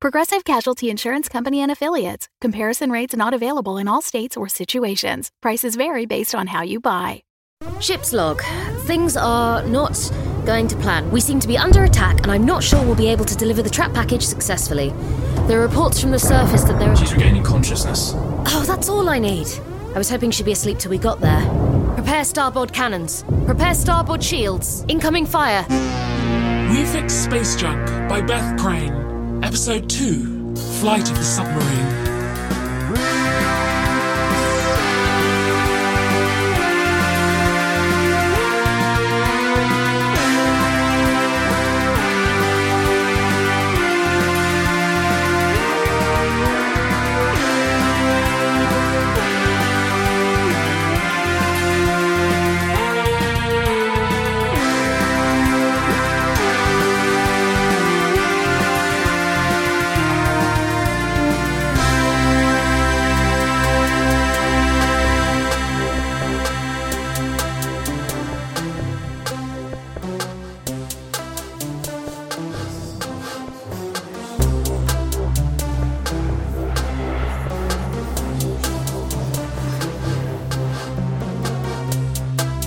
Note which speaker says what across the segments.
Speaker 1: Progressive Casualty Insurance Company and Affiliates. Comparison rates not available in all states or situations. Prices vary based on how you buy.
Speaker 2: Ship's log. Things are not going to plan. We seem to be under attack, and I'm not sure we'll be able to deliver the trap package successfully. There are reports from the surface that there is.
Speaker 3: She's regaining consciousness.
Speaker 2: Oh, that's all I need. I was hoping she'd be asleep till we got there. Prepare starboard cannons. Prepare starboard shields. Incoming fire.
Speaker 4: We Fix Space Junk by Beth Crane. Episode 2 Flight of the Submarine.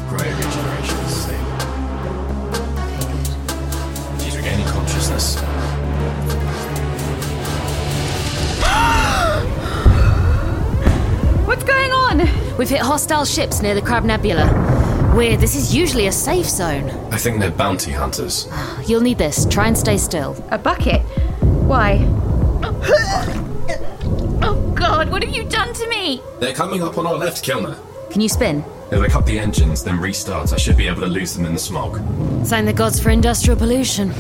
Speaker 3: Great regeneration thing. She's regaining consciousness.
Speaker 2: What's going on? We've hit hostile ships near the Crab Nebula. Weird, this is usually a safe zone.
Speaker 3: I think they're bounty hunters.
Speaker 2: You'll need this. Try and stay still.
Speaker 5: A bucket? Why? Oh god, what have you done to me?
Speaker 3: They're coming up on our left, Kilner.
Speaker 2: Can you spin?
Speaker 3: If I cut the engines, then restart, I should be able to lose them in the smog.
Speaker 2: Thank the gods for industrial pollution.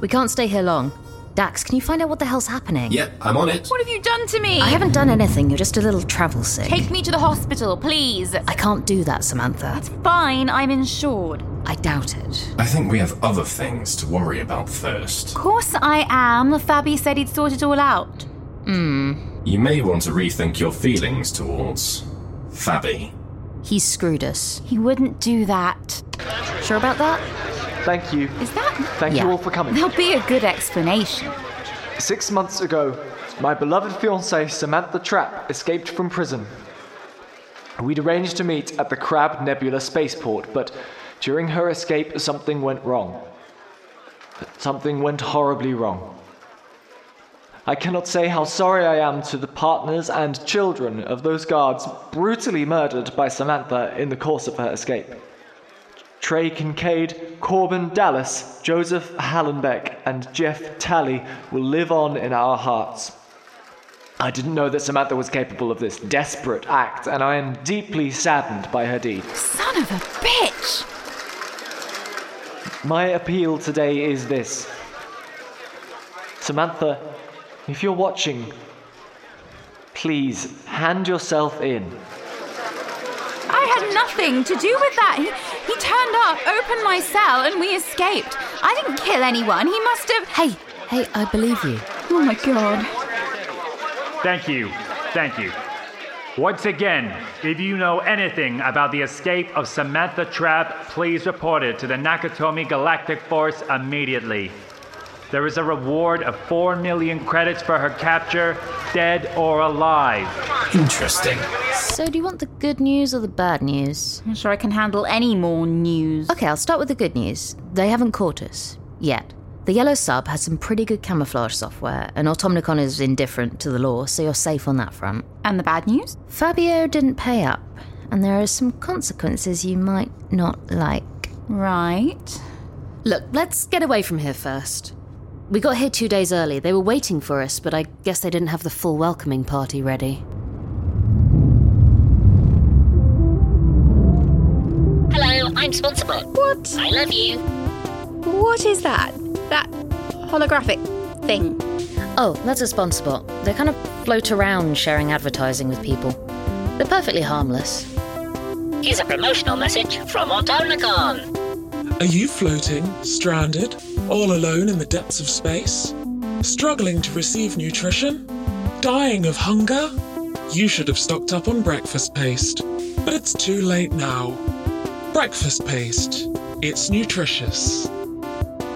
Speaker 2: We can't stay here long. Dax, can you find out what the hell's happening?
Speaker 3: Yep, I'm on it.
Speaker 5: What have you done to me?
Speaker 2: I haven't done anything, you're just a little travel sick.
Speaker 5: Take me to the hospital, please.
Speaker 2: I can't do that, Samantha.
Speaker 5: Fine, I'm insured. Of
Speaker 2: I doubt it.
Speaker 3: I think we have other things to worry about first.
Speaker 5: course I am. Fabi said he'd sort it all out.
Speaker 3: You may want to rethink your feelings towards. Fabi.
Speaker 2: He screwed us.
Speaker 5: He wouldn't do that.
Speaker 2: Sure about that?
Speaker 6: Thank you.
Speaker 5: Is that.
Speaker 6: Thank
Speaker 2: Yeah.
Speaker 6: you all for coming.
Speaker 5: There'll be a good explanation.
Speaker 6: Six months ago, my beloved fiancée Samantha Trapp escaped from prison. We'd arranged to meet at the Crab Nebula spaceport, but during her escape, something went wrong. Something went horribly wrong. I cannot say how sorry I am to the partners and children of those guards brutally murdered by Samantha in the course of her escape. Trey Kincaid, Corbin Dallas, Joseph Hallenbeck, and Jeff Talley will live on in our hearts. I didn't know that Samantha was capable of this desperate act, and I am deeply saddened by her deed.
Speaker 5: Son of a bitch!
Speaker 6: My appeal today is this Samantha, if you're watching, please hand yourself in.
Speaker 5: I had nothing to do with that. He, he turned up, opened my cell, and we escaped. I didn't kill anyone. He must have.
Speaker 2: Hey, hey, I believe you.
Speaker 5: Oh my god.
Speaker 7: Thank you. Thank you. Once again, if you know anything about the escape of Samantha Trapp, please report it to the Nakatomi Galactic Force immediately. There is a reward of 4 million credits for her capture, dead or alive.
Speaker 3: Interesting.
Speaker 2: So, do you want the good news or the bad news?
Speaker 5: I'm sure I can handle any more news.
Speaker 2: Okay, I'll start with the good news. They haven't caught us. Yet. The yellow sub has some pretty good camouflage software, and Automnicon is indifferent to the law, so you're safe on that front.
Speaker 5: And the bad news?
Speaker 2: Fabio didn't pay up, and there are some consequences you might not like.
Speaker 5: Right.
Speaker 2: Look, let's get away from here first. We got here two days early. They were waiting for us, but I guess they didn't have the full welcoming party ready.
Speaker 8: Hello, I'm Sponsorbot. What? I love you.
Speaker 9: What is that? That holographic thing.
Speaker 2: Oh, that's a sponsor bot. They kind of float around sharing advertising with people. They're perfectly harmless.
Speaker 8: Here's a promotional message from Autonicon.
Speaker 10: Are you floating, stranded, all alone in the depths of space? Struggling to receive nutrition? Dying of hunger? You should have stocked up on breakfast paste, but it's too late now. Breakfast paste. It's nutritious.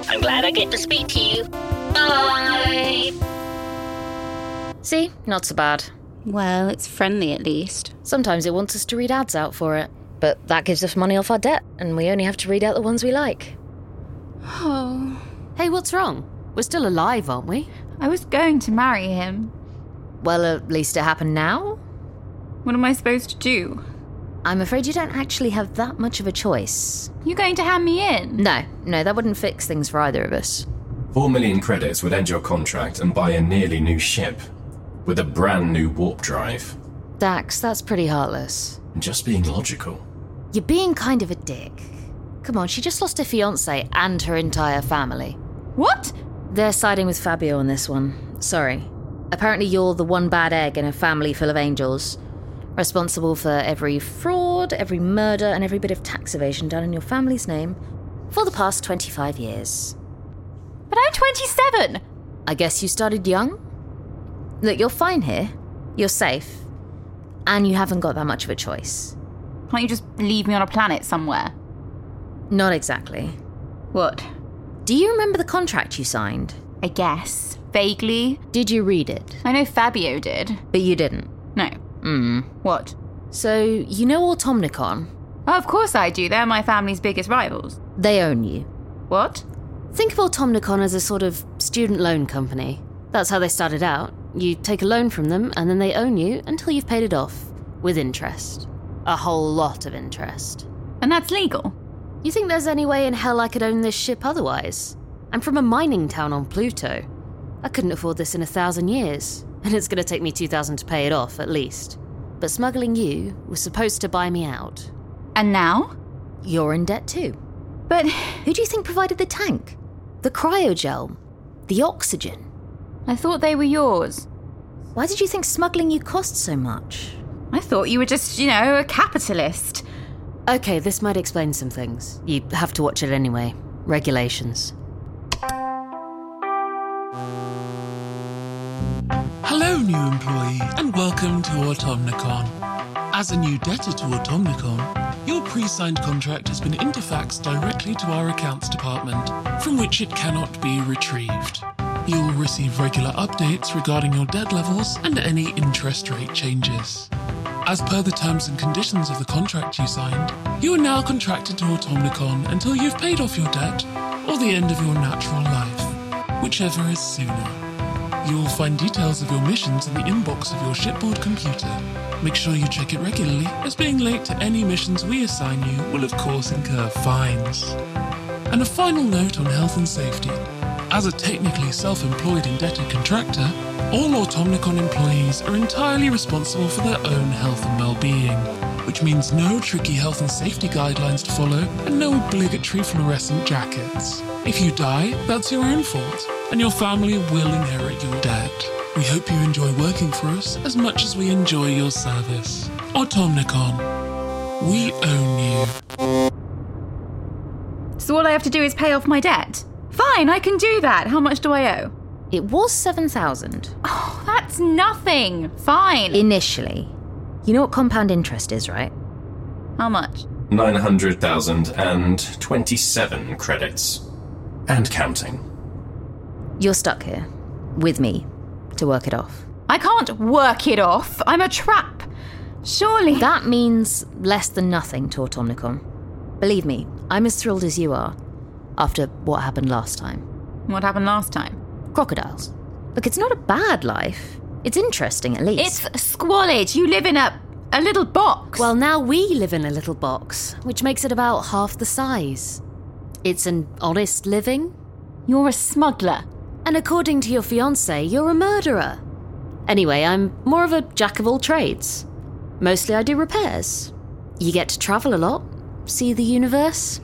Speaker 8: I'm glad I get to speak to you. Bye.
Speaker 2: See? Not so bad.
Speaker 9: Well, it's friendly at least.
Speaker 2: Sometimes it wants us to read ads out for it, but that gives us money off our debt, and we only have to read out the ones we like.
Speaker 9: Oh,
Speaker 2: Hey, what's wrong? We're still alive, aren't we?
Speaker 5: I was going to marry him.
Speaker 2: Well, at least it happened now.
Speaker 5: What am I supposed to do?
Speaker 2: I'm afraid you don't actually have that much of a choice.
Speaker 5: You going to hand me in?
Speaker 2: No, no, that wouldn't fix things for either of us.
Speaker 3: Four million credits would end your contract and buy a nearly new ship with a brand new warp drive.
Speaker 2: Dax, that's pretty heartless.
Speaker 3: Just being logical.
Speaker 2: You're being kind of a dick. Come on, she just lost her fiance and her entire family.
Speaker 5: What?
Speaker 2: They're siding with Fabio on this one. Sorry. Apparently, you're the one bad egg in a family full of angels. Responsible for every fraud, every murder, and every bit of tax evasion done in your family's name for the past 25 years.
Speaker 5: But I'm 27!
Speaker 2: I guess you started young? Look, you're fine here. You're safe. And you haven't got that much of a choice.
Speaker 5: Can't you just leave me on a planet somewhere?
Speaker 2: Not exactly.
Speaker 5: What?
Speaker 2: Do you remember the contract you signed?
Speaker 5: I guess. Vaguely.
Speaker 2: Did you read it?
Speaker 5: I know Fabio did.
Speaker 2: But you didn't.
Speaker 5: No.
Speaker 2: Mm.
Speaker 5: What?
Speaker 2: So, you know Automnicon?
Speaker 5: Oh, of course I do. They're my family's biggest rivals.
Speaker 2: They own you.
Speaker 5: What?
Speaker 2: Think of Automnicon as a sort of student loan company. That's how they started out. You take a loan from them, and then they own you until you've paid it off. With interest. A whole lot of interest.
Speaker 5: And that's legal.
Speaker 2: You think there's any way in hell I could own this ship otherwise? I'm from a mining town on Pluto. I couldn't afford this in a thousand years, and it's gonna take me 2,000 to pay it off, at least. But smuggling you was supposed to buy me out.
Speaker 5: And now?
Speaker 2: You're in debt too.
Speaker 5: But
Speaker 2: Who do you think provided the tank? The cryogel? The oxygen?
Speaker 5: I thought they were yours.
Speaker 2: Why did you think smuggling you cost so much?
Speaker 5: I thought you were just, you know, a capitalist.
Speaker 2: Okay, this might explain some things. You have to watch it anyway. Regulations.
Speaker 10: Hello, new employee, and welcome to Automnicon. As a new debtor to Automnicon, your pre signed contract has been interfaxed directly to our accounts department, from which it cannot be retrieved. You will receive regular updates regarding your debt levels and any interest rate changes. As per the terms and conditions of the contract you signed, you are now contracted to Automnicon until you've paid off your debt or the end of your natural life, whichever is sooner. You will find details of your missions in the inbox of your shipboard computer. Make sure you check it regularly, as being late to any missions we assign you will, of course, incur fines. And a final note on health and safety. As a technically self employed indebted contractor, all Automnicon employees are entirely responsible for their own health and well being, which means no tricky health and safety guidelines to follow and no obligatory fluorescent jackets. If you die, that's your own fault, and your family will inherit your debt. We hope you enjoy working for us as much as we enjoy your service. Automnicon, we own you.
Speaker 5: So all I have to do is pay off my debt. Fine, I can do that. How much do I owe?
Speaker 2: It was 7,000
Speaker 5: Oh, that's nothing. Fine.
Speaker 2: initially. You know what compound interest is, right?
Speaker 5: How much?
Speaker 3: 900,027 credits. And counting.
Speaker 2: You're stuck here with me to work it off.
Speaker 5: I can't work it off. I'm a trap. Surely.
Speaker 2: That means less than nothing to Automnicon. Believe me, I'm as thrilled as you are after what happened last time.
Speaker 5: what happened last time?
Speaker 2: Crocodiles. Look, it's not a bad life. It's interesting, at least.
Speaker 5: It's squalid. You live in a a little box.
Speaker 2: Well, now we live in a little box, which makes it about half the size. It's an honest living,
Speaker 5: you're a smuggler.
Speaker 2: and according to your fiance, you're a murderer. Anyway, I'm more of a jack of all trades. Mostly I do repairs. You get to travel a lot, see the universe.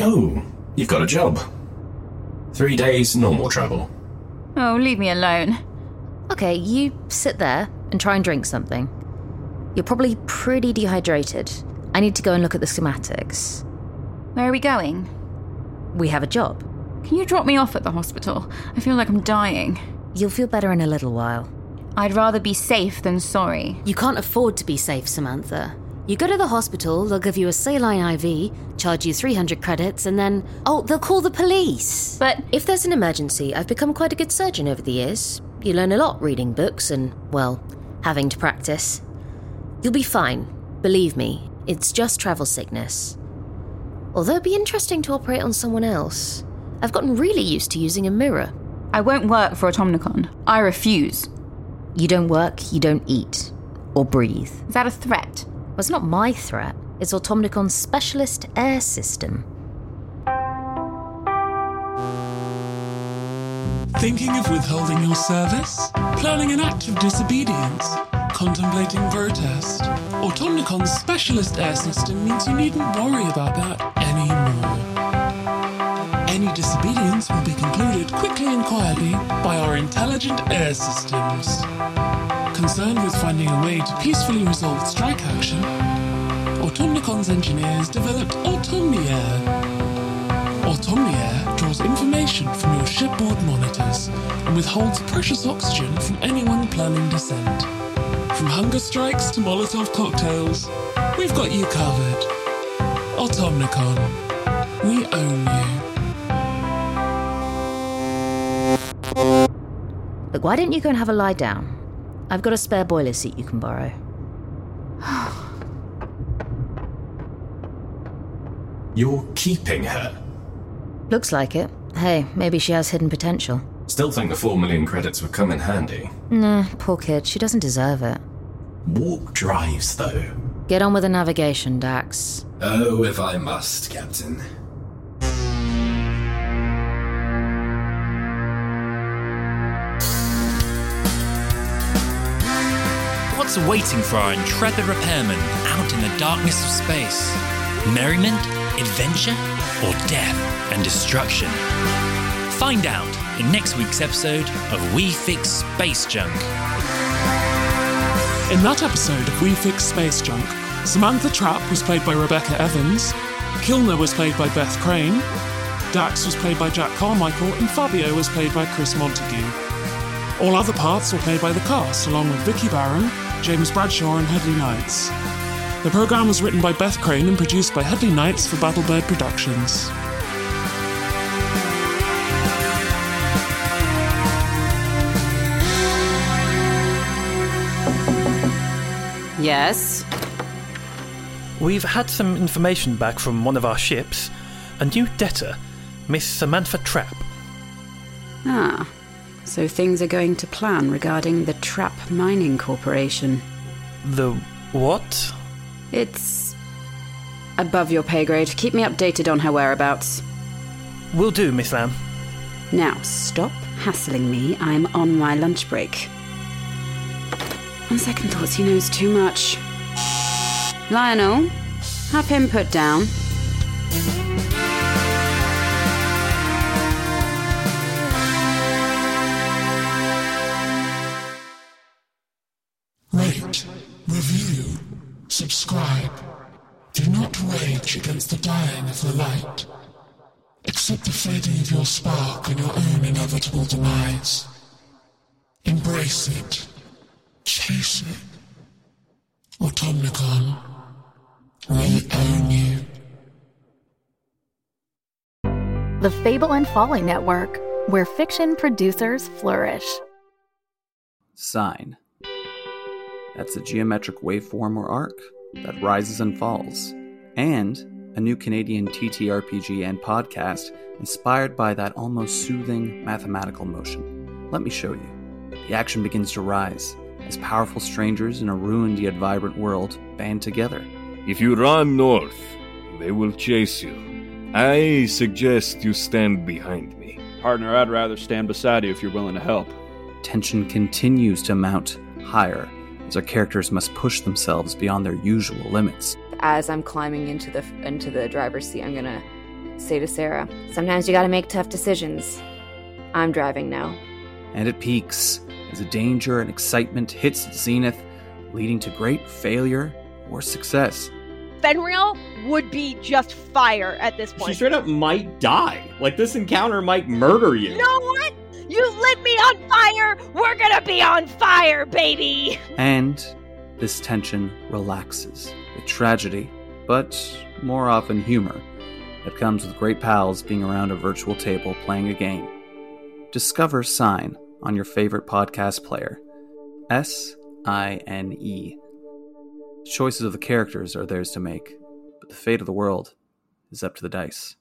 Speaker 3: Oh, you've got a job. Three days normal travel.
Speaker 5: Oh, leave me alone.
Speaker 2: Okay, you sit there and try and drink something. You're probably pretty dehydrated. I need to go and look at the schematics.
Speaker 5: Where are we going?
Speaker 2: We have a job.
Speaker 5: Can you drop me off at the hospital? I feel like I'm dying.
Speaker 2: You'll feel better in a little while.
Speaker 5: I'd rather be safe than sorry.
Speaker 11: You can't afford to be safe, Samantha. You go to the hospital, they'll give you a saline IV, charge you 300 credits, and then, oh, they'll call the police.
Speaker 5: But
Speaker 11: If there's an emergency, I've become quite a good surgeon over the years. You learn a lot reading books and, well, having to practice. You'll be fine. Believe me, it's just travel sickness. Although it'd be interesting to operate on someone else. I've gotten really used to using a mirror.
Speaker 5: I won't work for Automnicon. I refuse.
Speaker 2: You don't work, you don't eat, or breathe.
Speaker 5: Is that a threat?
Speaker 2: Well, it's not my threat, it's Automnicon's specialist air system.
Speaker 10: Thinking of withholding your service? Planning an act of disobedience? Contemplating protest? Automnicon's specialist air system means you needn't worry about that anymore. Any disobedience will be concluded quickly and quietly by our intelligent air systems. Concerned with finding a way to peacefully resolve strike action, Automnicon's engineers developed Automniair, Automniair draws information from your shipboard monitors and withholds precious oxygen from anyone planning descent. From hunger strikes to Molotov cocktails, we've got you covered. Automnicon, we own you.
Speaker 2: Look, why don't you go and have a lie down? I've got a spare boiler seat you can borrow.
Speaker 3: You're keeping her.
Speaker 2: Looks like it. Hey, maybe she has hidden potential.
Speaker 3: Still think the four million credits would come in handy.
Speaker 2: Nah, poor kid, she doesn't deserve it.
Speaker 3: Warp drives, though.
Speaker 2: Get on with the navigation, Dax.
Speaker 3: Oh, if I must, Captain.
Speaker 12: What's waiting for our intrepid repairman out in the darkness of space? Merriment, adventure, or death and destruction? Find out in next week's episode of We Fix Space Junk.
Speaker 10: In that episode of We Fix Space Junk, Samantha Trapp was played by Rebecca Evans, Kilner was played by Beth Crane, Dax was played by Jack Carmichael, and Fabio was played by Chris Montague. All other parts were played by the cast, along with Vicky Barron, James Bradshaw, and Headley Knights. The programme was written by Beth Crane and produced by Headley Knights for Battlebird Productions.
Speaker 13: Yes?
Speaker 14: We've had some information back from one of our ships. A new debtor, Miss Samantha Trapp.
Speaker 13: Ah. So things are going to plan regarding the Trap Mining Corporation.
Speaker 14: The what?
Speaker 13: It's above your pay grade. Keep me updated on her whereabouts.
Speaker 14: Will do, Miss Lamb.
Speaker 13: Now, stop hassling me. I'm on my lunch break. On second thoughts, he knows too much. Lionel, have him put down.
Speaker 10: Rate, review, subscribe. Do not rage against the dying of the light. Accept the fading of your spark and your own inevitable demise. Embrace it. Chase it. Automnicon, we own you.
Speaker 1: The Fable and Folly Network, where fiction producers flourish.
Speaker 6: Sine. That's a geometric waveform or arc that rises and falls. And a new Canadian TTRPG and podcast inspired by that almost soothing mathematical motion. Let me show you. The action begins to rise as powerful strangers in a ruined yet vibrant world band together.
Speaker 15: If you run north, they will chase you. I suggest you stand behind me.
Speaker 16: Partner, I'd rather stand beside you if you're willing to help.
Speaker 6: Tension continues to mount higher as our characters must push themselves beyond their usual limits.
Speaker 17: As I'm climbing into the into the driver's seat, I'm gonna
Speaker 18: say to Sarah. Sometimes you gotta make tough decisions. I'm driving now.
Speaker 6: and it peaks as danger and excitement hits its zenith, leading to great failure or success.
Speaker 5: Fenriel would be just fire at this point.
Speaker 3: She straight up might die. Like this encounter might murder
Speaker 5: You
Speaker 3: you.
Speaker 5: know what? You lit me on fire. We're gonna be on fire, baby.
Speaker 6: And this tension relaxes with tragedy, but more often humor, that comes with great pals being around a virtual table playing a game. Discover Sign on your favorite podcast player. S I N E. Choices of the characters are theirs to make, but the fate of the world is up to the dice.